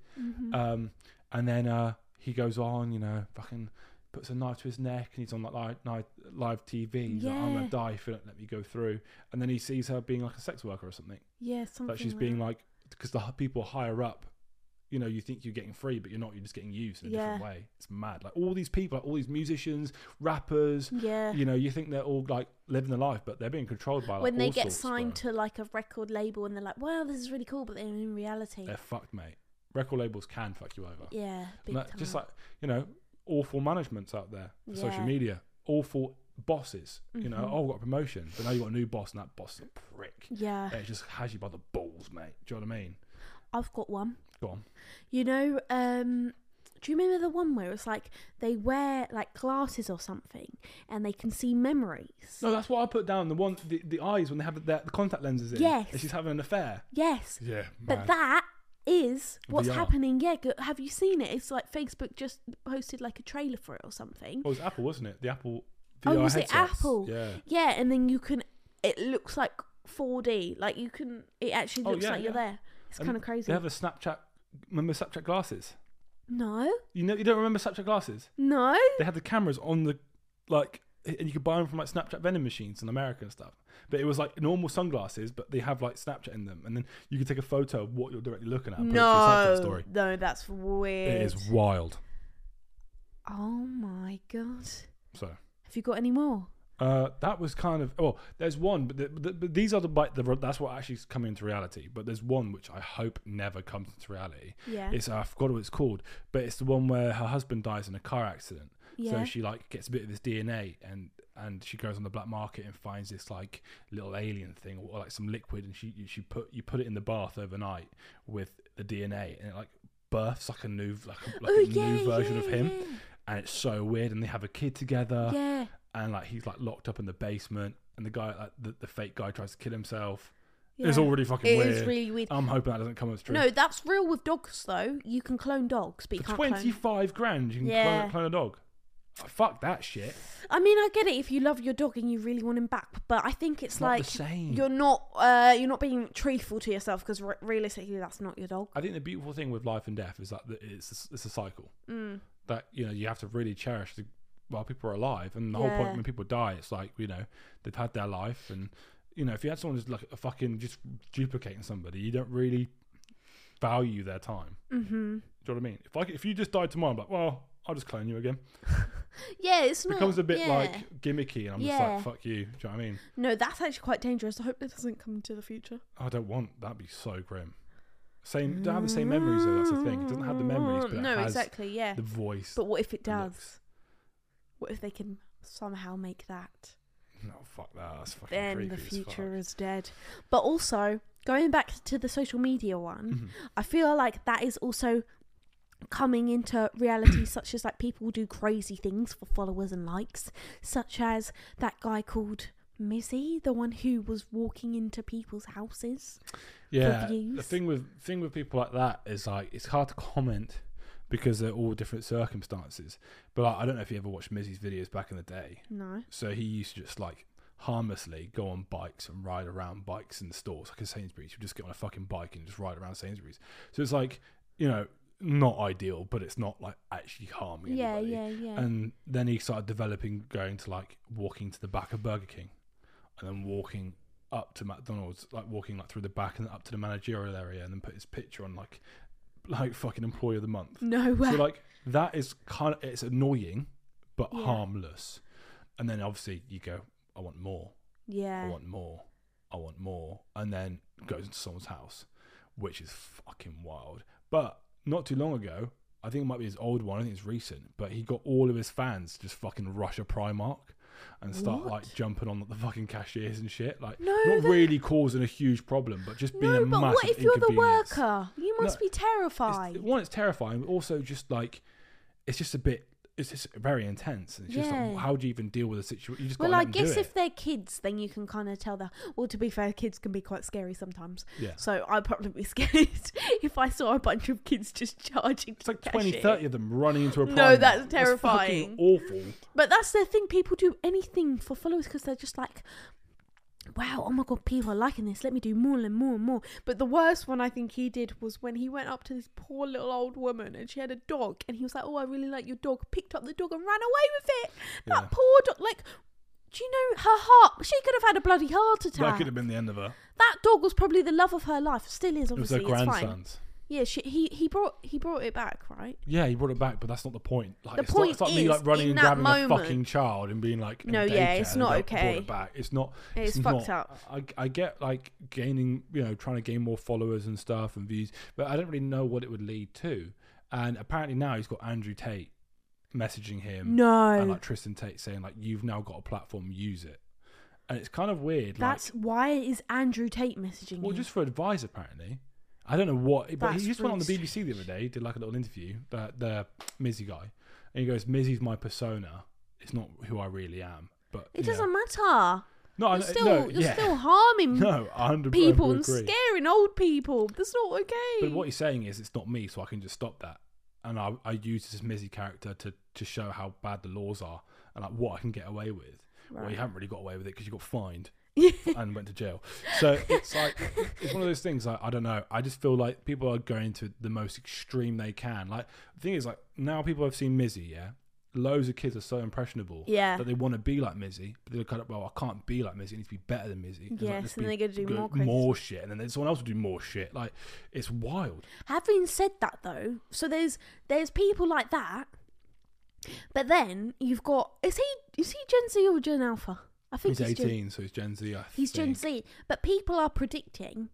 Um, and then uh, he goes on, you know, fucking puts a knife to his neck, and he's on like live, live, live TV. He's like, "I'm Yeah. gonna die if you don't let me go through." And then he sees her being like a sex worker or something Yeah. Something. like she's like being like because the h- people higher up you know you think you're getting free but you're not you're just getting used in a different Yeah. way it's mad like all these people like all these musicians rappers Yeah. you know you think they're all like living the life but they're being controlled by like, when they all get sorts, signed bro. to like a record label and they're like, "Wow, this is really cool," but then in reality, they're fucked mate record labels can fuck you over yeah, big Like, just time. like you know awful managements out there for social Yeah. Mm-hmm. media awful bosses. You know, oh, I got a promotion, but now you got a new boss, and that boss is a prick. Yeah, And it just has you by the balls, mate. Do you know what I mean? I've got one. Go on. You know, um, do you remember the one where it's like they wear like glasses or something and they can see memories? No, that's what I put down. The one, the, the eyes when they have their, the contact lenses in. Yes. And she's having an affair. Yes, Yeah. but that is what's VR. happening. Yeah, go- have you seen it? It's like Facebook just posted like a trailer for it or something. Well, it was Oh, Apple, wasn't it? The Apple VR oh, was headsets. it Apple? Yeah. Yeah, and then you can. It looks like 4D. Like you can. It actually Oh, looks yeah, like you're yeah. there. It's And kind of crazy. They have a Snapchat. Remember Snapchat glasses? no, You know, you don't remember Snapchat glasses? no. They had the cameras on the like, and you could buy them from like Snapchat vending machines in America and stuff. But it was like normal sunglasses, but they have like Snapchat in them, and then you could take a photo of what you're directly looking at. And put it to your Snapchat No, story. no, that's weird. It is wild. Oh my god! So. Have you got any more? Uh, that was kind of well. There's one, but, the, but the, but these are the like the that's what actually is coming into reality. But there's one which I hope never comes into reality. Yeah. It's I forgot what it's called, but it's the one where her husband dies in a car accident. Yeah. So she like gets a bit of his DNA and and she goes on the black market and finds this like little alien thing or like some liquid and she you- she put you put it in the bath overnight with the DNA and it like births like a new like a, like Ooh, a new Oh, yeah, version yeah, of him Uh, yeah. and it's so weird and they have a kid together yeah. and like he's like locked up in the basement and the guy like the, the fake guy tries to kill himself yeah. it's all really fucking It weird is really weird. i'm hoping that doesn't come as true No, that's real with dogs though. You can clone dogs, but you for can't 25 grand you can Yeah. clone, clone a dog Oh, fuck that shit clone. I mean, I get it if you love your dog and you really want him back, but I think it's Not the like same. you're not uh, you're not being truthful to yourself because re- realistically, that's not your dog. i think the beautiful thing with life and death is that the- it's a, it's a cycle Mm. that you know you have to really cherish the, while people are alive and the whole Yeah. point when people die it's like you know they've had their life and you know if you had someone who's like a fucking just duplicating somebody you don't really value their time Mm-hmm. Do you know what I mean? If I, c- if you just died tomorrow, I'm like, well, I'll just clone you again. Yeah, it's It not. becomes a bit yeah. like gimmicky, and I'm Yeah. just like, fuck you. Do you know what I mean? No, that's actually quite dangerous. I hope that doesn't come into the future. I don't want that'd be so grim. Same, don't have the same memories though. That's the thing. It doesn't have the memories, but it no, has exactly, yeah. the voice. But what if it the does? looks. What if they can somehow make that? No, fuck that. That's fucking Then creepy the future As is dead. But also, going back to the social media one, Mm-hmm. I feel like that is also coming into reality, such as like people do crazy things for followers and likes, such as that guy called Mizzy, the one who was walking into people's houses. fuck. Yeah. The views. thing with thing with people like that is like it's hard to comment because they're all different circumstances. But like, I don't know if you ever watched Mizzy's videos back in the day. No. So he used to just like harmlessly go on bikes and ride around bikes in the stores, like in Sainsbury's. You just get on a fucking bike and just ride around Sainsbury's. So it's like, you know, not ideal, but it's not like actually harming Yeah, anybody. yeah, yeah. And then he started developing going to like walking to the back of Burger King and then walking up to McDonald's, like walking like through the back and up to the managerial area and then put his picture on like like fucking employee of the month. No way. So like that is kind of it's annoying but harmless. And then obviously you go, I want more, I yeah. want more, I want more, and then goes into someone's house, which is fucking wild. But not too long ago, I think it might be his old one. I think it's recent, but he got all of his fans to just fucking rush a Primark and start What? like jumping on the fucking cashiers and shit. Like No, not that- really causing a huge problem, but just being No, a but massive what if you're the inconvenience. worker? You must No, be terrified. It's, one, it's terrifying, but also just like it's just a bit. It's just very intense. And it's just like, Yeah. how do you even deal with a situation? You just Well, gotta I let them do guess if it. they're kids, then you can kind of tell them. Well, to be fair, kids can be quite scary sometimes. Yeah. So I'd probably be scared if I saw a bunch of kids just charging. it's like to 20, cashier. 30 of them running into a No, Primark. that's It's fucking terrifying. awful. But that's the thing. People do anything for followers because they're just like, wow, oh my god, people are liking this. Let me do more and more and more. But the worst one I think he did was when he went up to this poor little old woman and she had a dog and he was like, oh, I really like your dog. Picked up the dog and ran away with it. That Yeah. poor dog. Like, do you know her heart? She could have had a bloody heart attack. That could have been the end of her. That dog was probably the love of her life. Still is, It was her obviously. It's fine. grandson's. Yeah, she, he he brought he brought it back, right? Yeah, he brought it back, but that's not the point. Like, The it's point not, it's like me is, like running and in that grabbing a moment- fucking child and being like, in No, a yeah, daycare it's and not they brought okay. It back. It's not. It's fucked up. I, I get like gaining, you know, trying to gain more followers and stuff and views, but I don't really know what it would lead to. And apparently now he's got Andrew Tate messaging him and No. like Tristan Tate saying like you've now got a platform, use it. And it's kind of weird. That's why is Andrew Tate messaging like, well, you? just for advice apparently. I don't know what, but That's he just went on the really BBC the other day, did like a little interview that the Mizzy guy, and he goes, "Mizzy's my persona. It's not who I really am." But it you know. doesn't matter. No, I You're know- still Uh, no, you're yeah. still harming no, I hundred people and agree. scaring old people. That's not okay. But what he's saying is, it's not me, so I can just stop that. And I, I use this Mizzy character to, to show how bad the laws are and like what I can get away with. Well, you Right. haven't really got away with it because you got fined and went to jail. So it's like it's one of those things. Like I don't know. I just feel like people are going to the most extreme they can. Like the thing is, like now people have seen Mizzy. Yeah, loads of kids are so impressionable. Yeah. that they want to be like Mizzy, but they're kind of well, I can't be like Mizzy. I need to be better than Mizzy. It's Yes, like, just and be- they gotta do go- more crazy- more shit, and then someone else will do more shit. Like it's wild. Having said that though, so there's there's people like that. But then you've got is he is he Gen Z or Gen Alpha? I think He's he's, Gen, eighteen, so he's Gen Z. I he's Gen think. Z. But people are predicting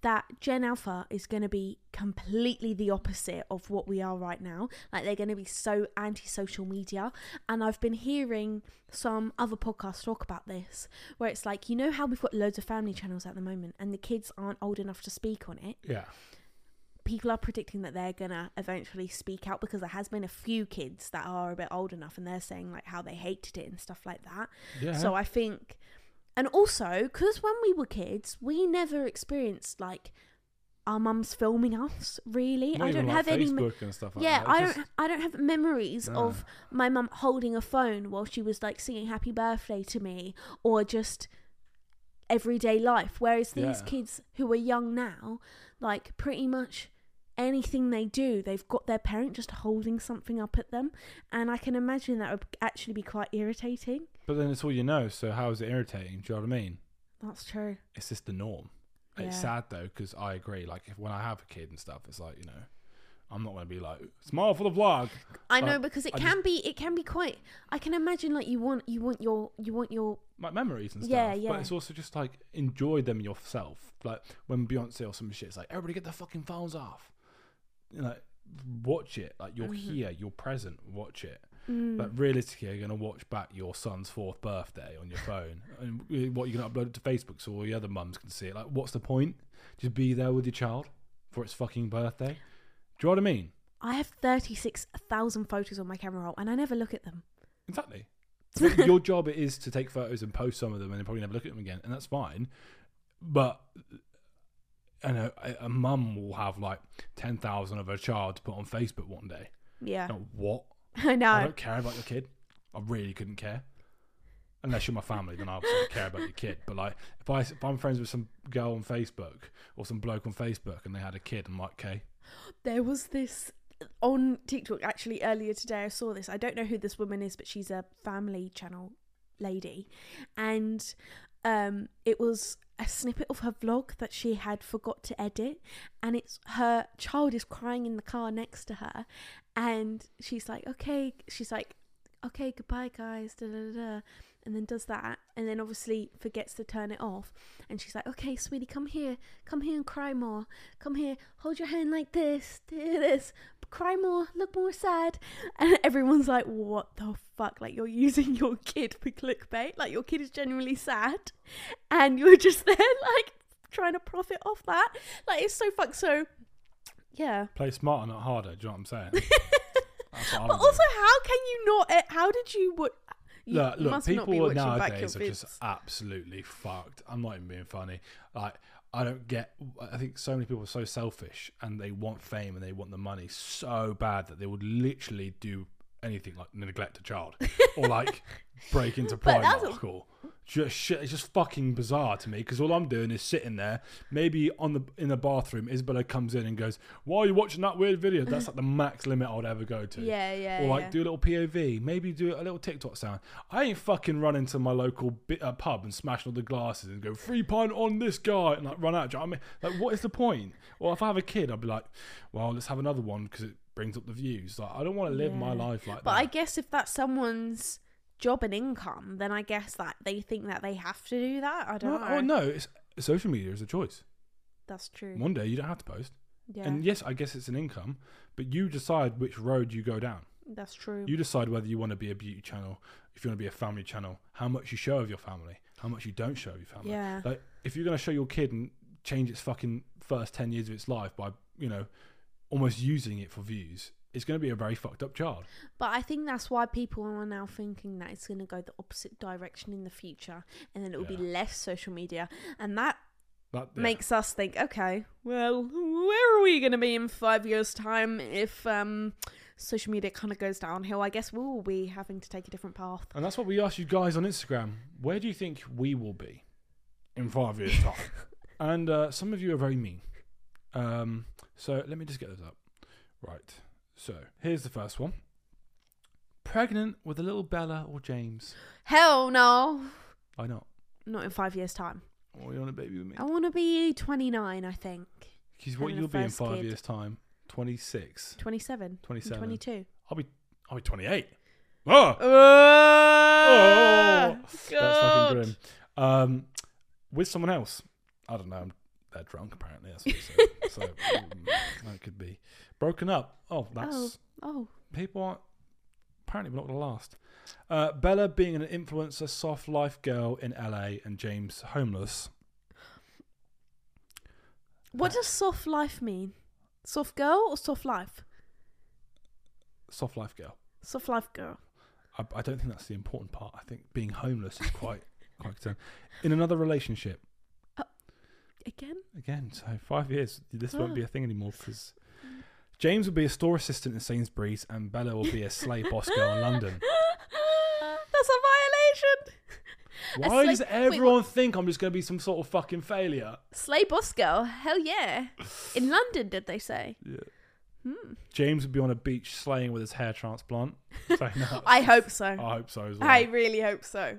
that Gen Alpha is going to be completely the opposite of what we are right now. Like they're going to be so anti social media. And I've been hearing some other podcasts talk about this, where it's like you know how we've got loads of family channels at the moment, and the kids aren't old enough to speak on it Yeah, people are predicting that they're gonna eventually speak out because there has been a few kids that are a bit old enough and they're saying like how they hated it and stuff like that yeah. so i think and also because when we were kids we never experienced like our mums filming us really Not i even, don't like, have any me- Facebook and stuff like yeah that. i It's don't i don't have memories No. of my mum holding a phone while she was like singing happy birthday to me or just everyday life whereas these Yeah. kids who are young now like pretty much anything they do they've got their parent just holding something up at them and i can imagine that would actually be quite irritating But then it's all you know, so how is it irritating? Do you know what I mean? that's true It's just the norm. It's Yeah. sad though, because I agree. Like if, when I have a kid and stuff, it's like you know, I'm not going to be like smile for the vlog. i know Like, because it I can be it can be quite i can imagine like you want you want your you want your my memories and stuff. Yeah, But yeah. it's also just like enjoy them yourself. Like when Beyonce or some shit's like, everybody get their fucking phones off. You know, watch it. Like you're Mm-hmm. here, you're present. Watch it. Mm. But realistically, you're gonna watch back your son's fourth birthday on your phone, and eh, what you're gonna upload it to Facebook so all the other mums can see it. Like, what's the point? Just be there with your child for its fucking birthday. Do you know what I mean? I have 36,000 photos on my camera roll and I never look at them. Exactly. But your job it is to take photos and post some of them and then probably never look at them again, and that's fine. But I know a, a mum will have like ten thousand of her child to put on Facebook one day. Yeah. Now, what? I know. I don't care about your kid. I really couldn't care. Unless you're my family, then I obviously care about your kid. But like, if I if I'm friends with some girl on Facebook or some bloke on Facebook and they had a kid, I'm like, okay, There was this on TikTok actually earlier today. I saw this. I don't know who this woman is, but she's a family channel lady. And um, it was a snippet of her vlog that she had forgot to edit. And it's her child is crying in the car next to her. And she's like, okay, she's like, okay, goodbye, guys. Da, da, da, da. And then does that. And then obviously forgets to turn it off. And she's like, okay, sweetie, come here. Come here and cry more. Come here. Hold your hand like this. Do this. Cry more. Look more sad. And everyone's like, what the fuck? Like, you're using your kid for clickbait. Like, your kid is genuinely sad. And you're just there, like, trying to profit off that. Like, it's so fucked. So, yeah. play smarter, not harder. Do you know what I'm saying? That's what I would But do. also, how can you not? eh, How did you? What? You look, look, must not be people watching nowadays are back your just vids. absolutely fucked. I'm not even being funny. Like, I don't get. I think so many people are so selfish and they want fame and they want the money so bad that they would literally do anything like neglect a child or like break into that's a- Primark or just shit. It's just fucking bizarre to me because all I'm doing is sitting there. Maybe on the in the bathroom, Isabella comes in and goes, "Why are you watching that weird video?" That's like the max limit I would ever go to. Yeah, yeah, Or like yeah. do a little POV, maybe do a little TikTok sound. I ain't fucking running to my local bit, uh, pub and smashing all the glasses and go free pint on this guy and like run out. Do you know what I mean, like, what is the point? Or if I have a kid, I'd be like, well, let's have another one because it brings up the views. Like, I don't want to live my Yeah. life like But that. I guess if that's someone's job and income, then I guess that they think that they have to do that. I no, don't know. oh no, it's social media is a choice. That's true. One day you don't have to post, yeah. and yes, I guess it's an income, but you decide which road you go down. That's true. You decide whether you want to be a beauty channel, if you want to be a family channel, how much you show of your family, how much you don't show of your family. Yeah. Like, if you're going to show your kid and change its fucking first 10 years of its life by, you know, almost using it for views, it's going to be a very fucked up child. But I think that's why people are now thinking that it's going to go the opposite direction in the future, and then it will be Yeah. less social media, and that That yeah. makes us think, okay, well, where are we going to be in five years' time if um, social media kind of goes downhill? I guess we'll be having to take a different path. And that's what we asked you guys on Instagram. Where do you think we will be in five years' time? and uh, some of you are very mean. Um, so let me just get those up. Right. So here's the first one. Pregnant with a little Bella or James. Hell no, Why not? not in five years' time. Oh, you want a baby with me? I want to be 29, I think. Because what having a you'll be in first five kid. years' time? 26. 27. and 27. 22. I'll be. I'll be 28. Oh. Oh, Oh, that's fucking grim. Um, with someone else. I don't know. I'm, they're drunk apparently. That's what it said. so mm, that could be broken up. Oh, that's Oh, people aren't apparently we're not gonna last. Uh, Bella being an influencer, soft life girl in LA, and James homeless. what does soft life mean? Soft girl or soft life? Soft life girl. Soft life girl. I, I don't think that's the important part. I think being homeless is quite quite concerned. In another relationship Again? again. So five years. This won't Ah. Mm. be a thing anymore because. James will be a store assistant in Sainsbury's and Bella will be a slave boss girl in London. That's a violation. Why slave- does wait, what- everyone think I'm just going to be some sort of fucking failure? Slay boss girl. Hell yeah. In London, did they say? James would be on a beach slaying with his hair transplant. So, no, I hope so. I hope so as well. I really hope so.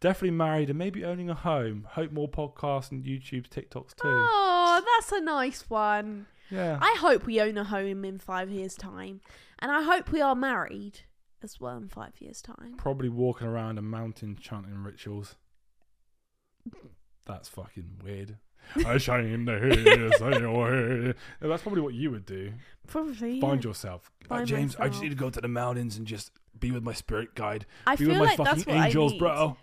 Definitely married and maybe owning a home. Hope more podcasts and YouTube's TikToks too. Oh, that's a nice one. yeah. I hope we own a home in five years' time. And I hope we are married as well in five years' time. Probably walking around a mountain chanting rituals. That's fucking weird. I shine in the hills, I away. No, That's probably what you would do. Probably. Find yeah. yourself. By Uh, James, I just myself. need to go to the mountains and just be with my spirit guide. I be feel with my like fucking that's what angels, I need. bro.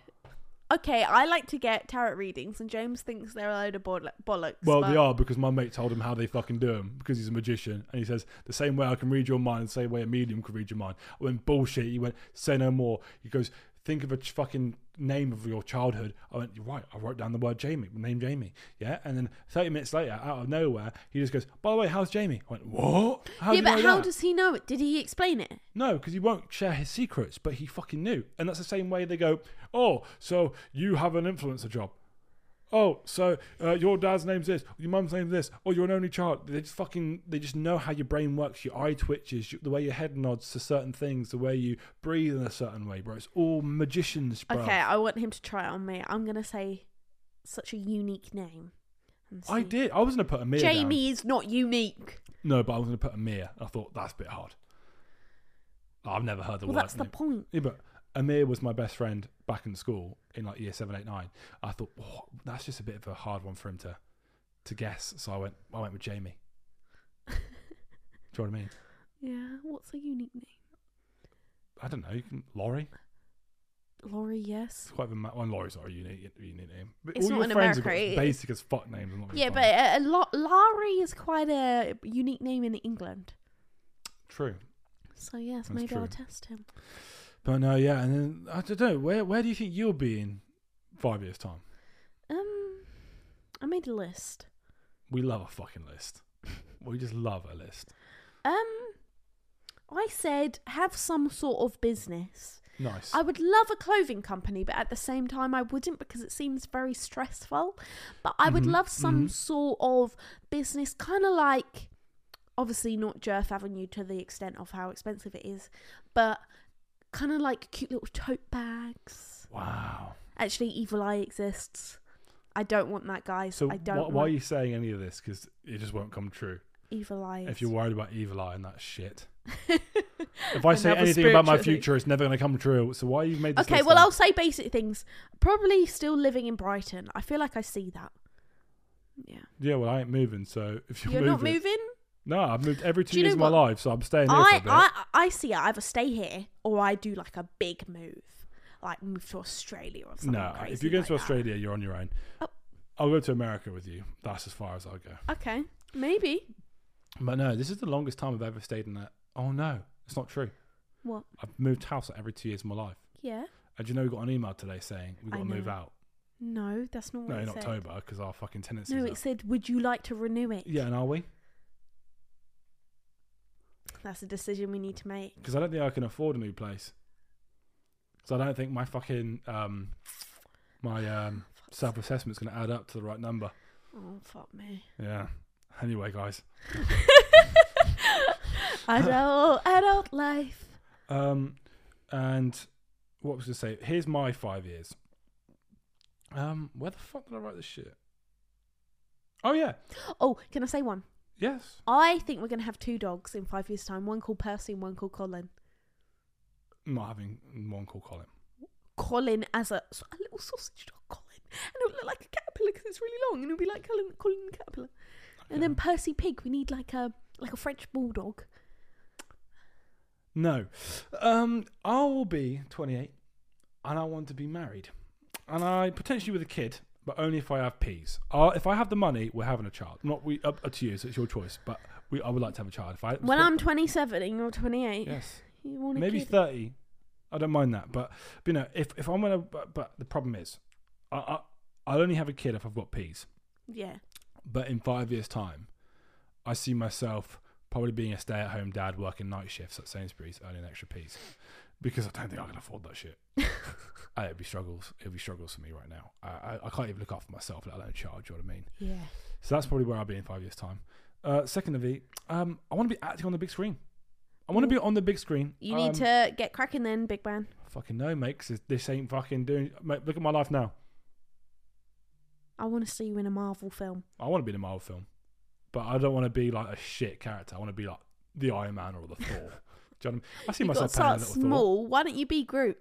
Okay, I like to get tarot readings, and James thinks they're a load of boll- bollocks. Well, but they are because my mate told him how they fucking do them because he's a magician. And he says, the same way I can read your mind, the same way a medium can read your mind. I went, bullshit. He went, say no more. He goes, think of a ch- fucking name of your childhood. I went, you're right. I wrote down the word Jamie, the name Jamie. Yeah. And then 30 minutes later, out of nowhere, he just goes, by the way, how's Jamie? I went, what? How yeah, do you but know how that?" does he know it? Did he explain it? No, because he won't share his secrets, but he fucking knew. And that's the same way they go, oh, so you have an influencer job. Oh, so uh, your dad's name's this, your mum's name's this, or you're an only child. They just fucking, they just know how your brain works, your eye twitches, you- the way your head nods to certain things, the way you breathe in a certain way, bro. It's all magicians, bro. Okay, I want him to try it on me. I'm gonna say such a unique name. and I see. did. I was going to put Amir down. Jamie is not unique. No, but I was going to put Amir. I thought, that's a bit hard. I've never heard the Well, word. that's the name. point. Yeah, but Amir was my best friend back in school in like year seven, eight, nine. I thought oh, that's just a bit of a hard one for him to to guess. So I went, I went with Jamie. Do you know what I mean? Yeah, what's a unique name? I don't know. You can, Laurie. Laurie, yes. It's quite a ma- well, Laurie's not a unique, unique name. But It's all not your in friends have America, got it- basic as fuck names. I'm not gonna Yeah, lie. but uh, Lo- Laurie is quite a unique name in England. true. So yes, That's maybe I'll true. test him. But no, yeah, and then I don't know. Where where do you think you'll be in five years' time? Um, I made a list. We love a fucking list. we just love a list. Um, I said have some sort of business. Nice. I would love a clothing company, but at the same time, I wouldn't because it seems very stressful. But I would Mhm, love some mhm. sort of business, kind of like obviously not Jerf Avenue to the extent of how expensive it is, but kind of like cute little tote bags. wow. Actually, Evil Eye exists. I don't want that, guys. So I wh- don't why are want you saying any of this? Because it just won't come true. Evil Eye. If you're worried about evil eye and that shit, if I say anything about my future, it's never going to come true. So why you made this? Okay, list well, then? I'll say basic things. Probably still living in Brighton. I feel like I see that. Yeah. Yeah, well, I ain't moving. So if you're, You're moving, not moving? No, I've moved every two you years of know my what? life, so I'm staying here for I, a bit. I I see I either stay here or I do like a big move, like move to Australia or something. no, crazy if you're going like to that. Australia, you're on your own. Oh. I'll go to America with you. That's as far as I'll go. okay, maybe But no, this is the longest time I've ever stayed in that. Oh no, it's not true. what? I've moved house every two years of my life. Yeah, And you know, we got an email today saying we I got to move know. out. no, that's not. No, what in it said. October because our fucking tenancy. No, is it up. said, "Would you like to renew it?" yeah, and are we? that's a decision we need to make. Because I don't think I can afford a new place. Because I don't think my fucking um, my um, self assessment's going to add up to the right number. Oh fuck me! Yeah. Anyway, guys. Adult adult life. Um, and what was I going to say? Here's my five years. Um, where the fuck did I write this shit? Oh yeah, Oh, can I say one? yes. I think we're gonna have two dogs in five years' time. One called Percy, and one called Colin. I'm not having one call Colin. Colin as a, s- a little sausage dog, Colin, and it'll look like a caterpillar because it's really long, and it'll be like Colin, Colin the caterpillar. And then Percy Pig, we need like a like a French bulldog. No. Um, I will be 28 and I want to be married. And I potentially with a kid, but only if I have peas. Uh, if I have the money, we're having a child. Not we up, up to you, so it's your choice, but we, I would like to have a child. If I When I'm 27 and you're 28, Yes. you want a Maybe kid? 30. I don't mind that, but you know, if if I'm gonna, but, but the problem is, I, I I'll only have a kid if I've got peas. yeah, But in five years' time, I see myself probably being a stay-at-home dad working night shifts at Sainsbury's earning extra peas because I don't think I can afford that shit. Uh, it'd be struggles. It'd be struggles for me right now. I, I, I can't even look after myself, let alone a child. Do you know what I mean? yeah. So that's probably where I'll be in five years' time. Uh, secondly, um, I want to be acting on the big screen. I want to be on the big screen. You need Um, to get cracking then, big man. Fucking no, mate. 'cause this ain't fucking doing. Mate, look at my life now. I want to see you in a Marvel film. I want to be in a Marvel film, but I don't want to be like a shit character. I want to be like the Iron Man or the Thor. Do you know what I mean? I see you got to myself playing a start little Thor. small. Why don't you be Groot?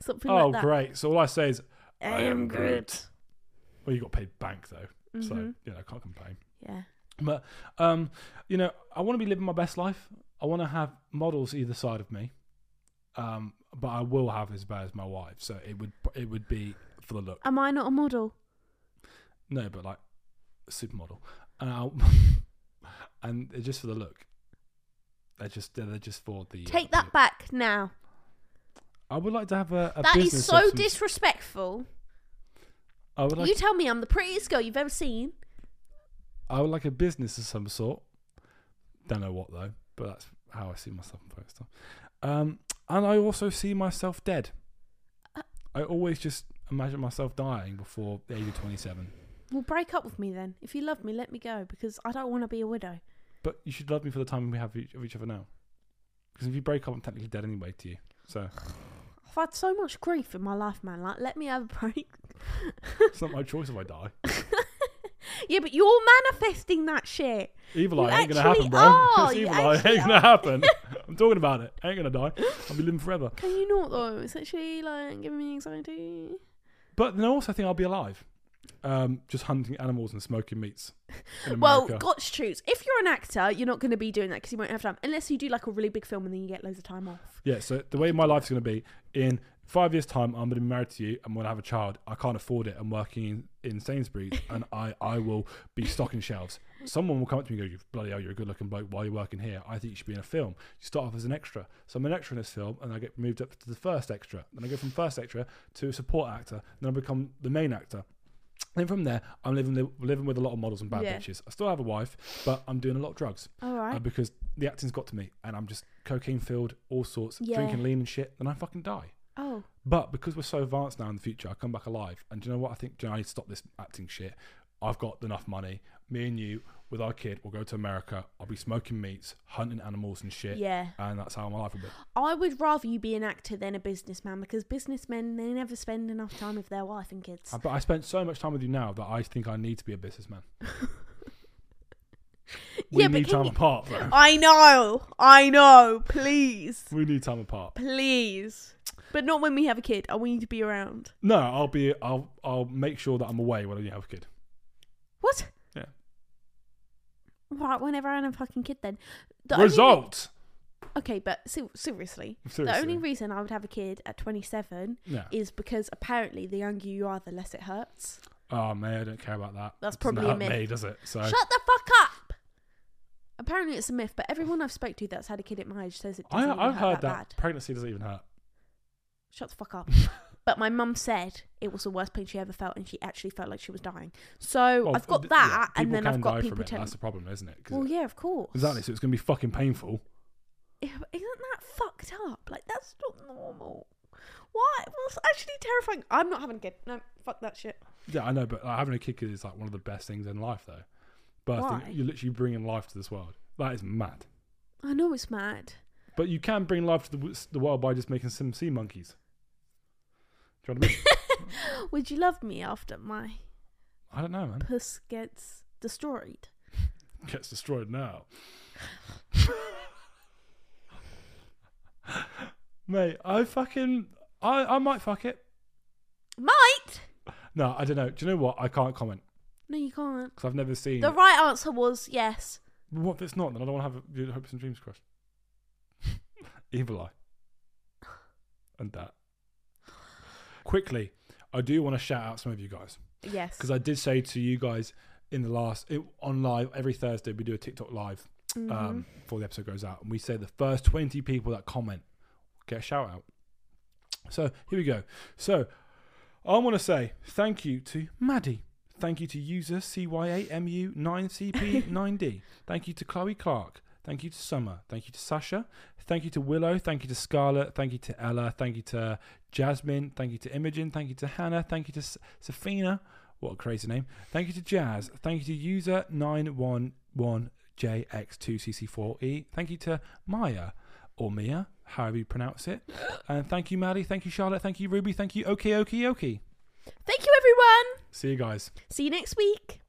Something Oh, like that. great! So all I say is, I am Groot. well, you got paid bank though, so Mhm. you know I can't complain. Yeah. But um, you know, I want to be living my best life. I want to have models either side of me, um, but I will have as bad as my wife. So it would it would be for the look. Am I not a model? No, but like supermodel, and I'll, and they're just for the look. They're just they're just for the. Take that back now. I would like to have a. a That business is so of some- disrespectful. I would like. you tell me I'm the prettiest girl you've ever seen. I would like a business of some sort. Don't know what though, but that's how I see myself in first time. Um, and I also see myself dead. I always just imagine myself dying before the age of twenty-seven. Well, break up with me then. If you love me, let me go because I don't want to be a widow. But you should love me for the time we have each, of each other now. Because if you break up, I'm technically dead anyway to you. So I've had so much grief in my life, man. Like, let me have a break. it's not my choice if I die. yeah, but you're manifesting that shit. Evil You Eye ain't gonna actually happen, bro. are, It's you evil eye actually ain't gonna happen. I'm talking about it. I ain't gonna die. I'll be living forever. Can you not though? It's actually like giving me anxiety. But then I also think I'll be alive. Um, just hunting animals and smoking meats. In Well, America. got to choose. If you're an actor, you're not going to be doing that because you won't have time, unless you do like a really big film and then you get loads of time off. Yeah, so the way my life's gonna be, in five years' time I'm gonna be married to you, I'm gonna have a child. I can't afford it. I'm working in, in Sainsbury's and I, I will be stocking shelves. Someone will come up to me and go, You bloody hell, you're a good looking bloke, why are you working here? I think you should be in a film. You start off as an extra. So I'm an extra in this film and I get moved up to the first extra. Then I go from first extra to support actor, then I become the main actor. Then from there, I'm living li- living with a lot of models and bad Yeah. bitches. I still have a wife, but I'm doing a lot of drugs All uh, right. because the acting's got to me and I'm just cocaine filled, all sorts, Yeah. drinking lean and shit, then I fucking die. Oh, But because we're so advanced now in the future, I come back alive. And do you know what? I think, do you know, I need to stop this acting shit. I've got enough money. Me and you, with our kid, we'll go to America. I'll be smoking meats, hunting animals and shit. yeah. And that's how my life will be. I would rather you be an actor than a businessman because businessmen they never spend enough time with their wife and kids. Uh, But I spent so much time with you now that I think I need to be a businessman. we Yeah, but need can time you- apart, bro. I know, I know. Please, We need time apart. please, but not when we have a kid. I want you to be around. No, I'll be. I'll. I'll make sure that I'm away when you have a kid. What? Yeah. Right, whenever I had a fucking kid, then the only re- Result. okay, but se- seriously, the Seriously. only reason I would have a kid at 27 Yeah. is because apparently the younger you are, the less it hurts. Oh man, I don't care about that. That's It doesn't probably a help myth. me, does it? So Shut the fuck up. Apparently, it's a myth, but everyone I've spoke to that's had a kid at my age says it I, doesn't even I've hurt heard that, that bad. pregnancy doesn't even hurt. Shut the fuck up. but my mum said it was the worst pain she ever felt, and she actually felt like she was dying. So Well, I've got th- yeah, that, and people then I've can got die people from it. telling. That's the problem, isn't it? 'Cause Well, it- yeah, of course. Exactly. So it's going to be fucking painful. Ew, Isn't that fucked up? Like that's not normal. Why? What's actually terrifying? I'm not having a kid. No, fuck that shit. Yeah, I know, but like, having a kid is like one of the best things in life, though. Birthing, Why? you're literally bringing life to this world. That is mad. I know it's mad. But you can bring life to the, w- the world by just making some sea monkeys. Do you know what I mean? Would you love me after my I don't know, man. puss gets destroyed? Gets destroyed now. Mate, I fucking, I, I might fuck it. Might. No, I don't know. Do you know what? I can't comment No, you can't. because I've never seen. The right answer was yes. What if it's not? Then I don't want to have your hopes and dreams crushed. Evil eye. And that. Quickly, I do want to shout out some of you guys Yes. because I did say to you guys in the last it, on live every Thursday we do a TikTok live Mm-hmm. um, before the episode goes out, and we say the first twenty people that comment get a shout out. So here we go. So I want to say thank you to Maddie. Thank you to user CYAMU9CP9D. thank you to Chloe Clark. Thank you to Summer. Thank you to Sasha. Thank you to Willow. Thank you to Scarlett. Thank you to Ella. Thank you to Jasmine. Thank you to Imogen. Thank you to Hannah. Thank you to S- Safina. What a crazy name. Thank you to Jazz. Thank you to user 911JX2CC4E. E. Thank you to Maya or Mia, however you pronounce it. And thank you, Maddie. Thank you, Charlotte. Thank you, Ruby. Thank you, Okie Okie Okie. Thank you, everyone. See you guys. See you next week.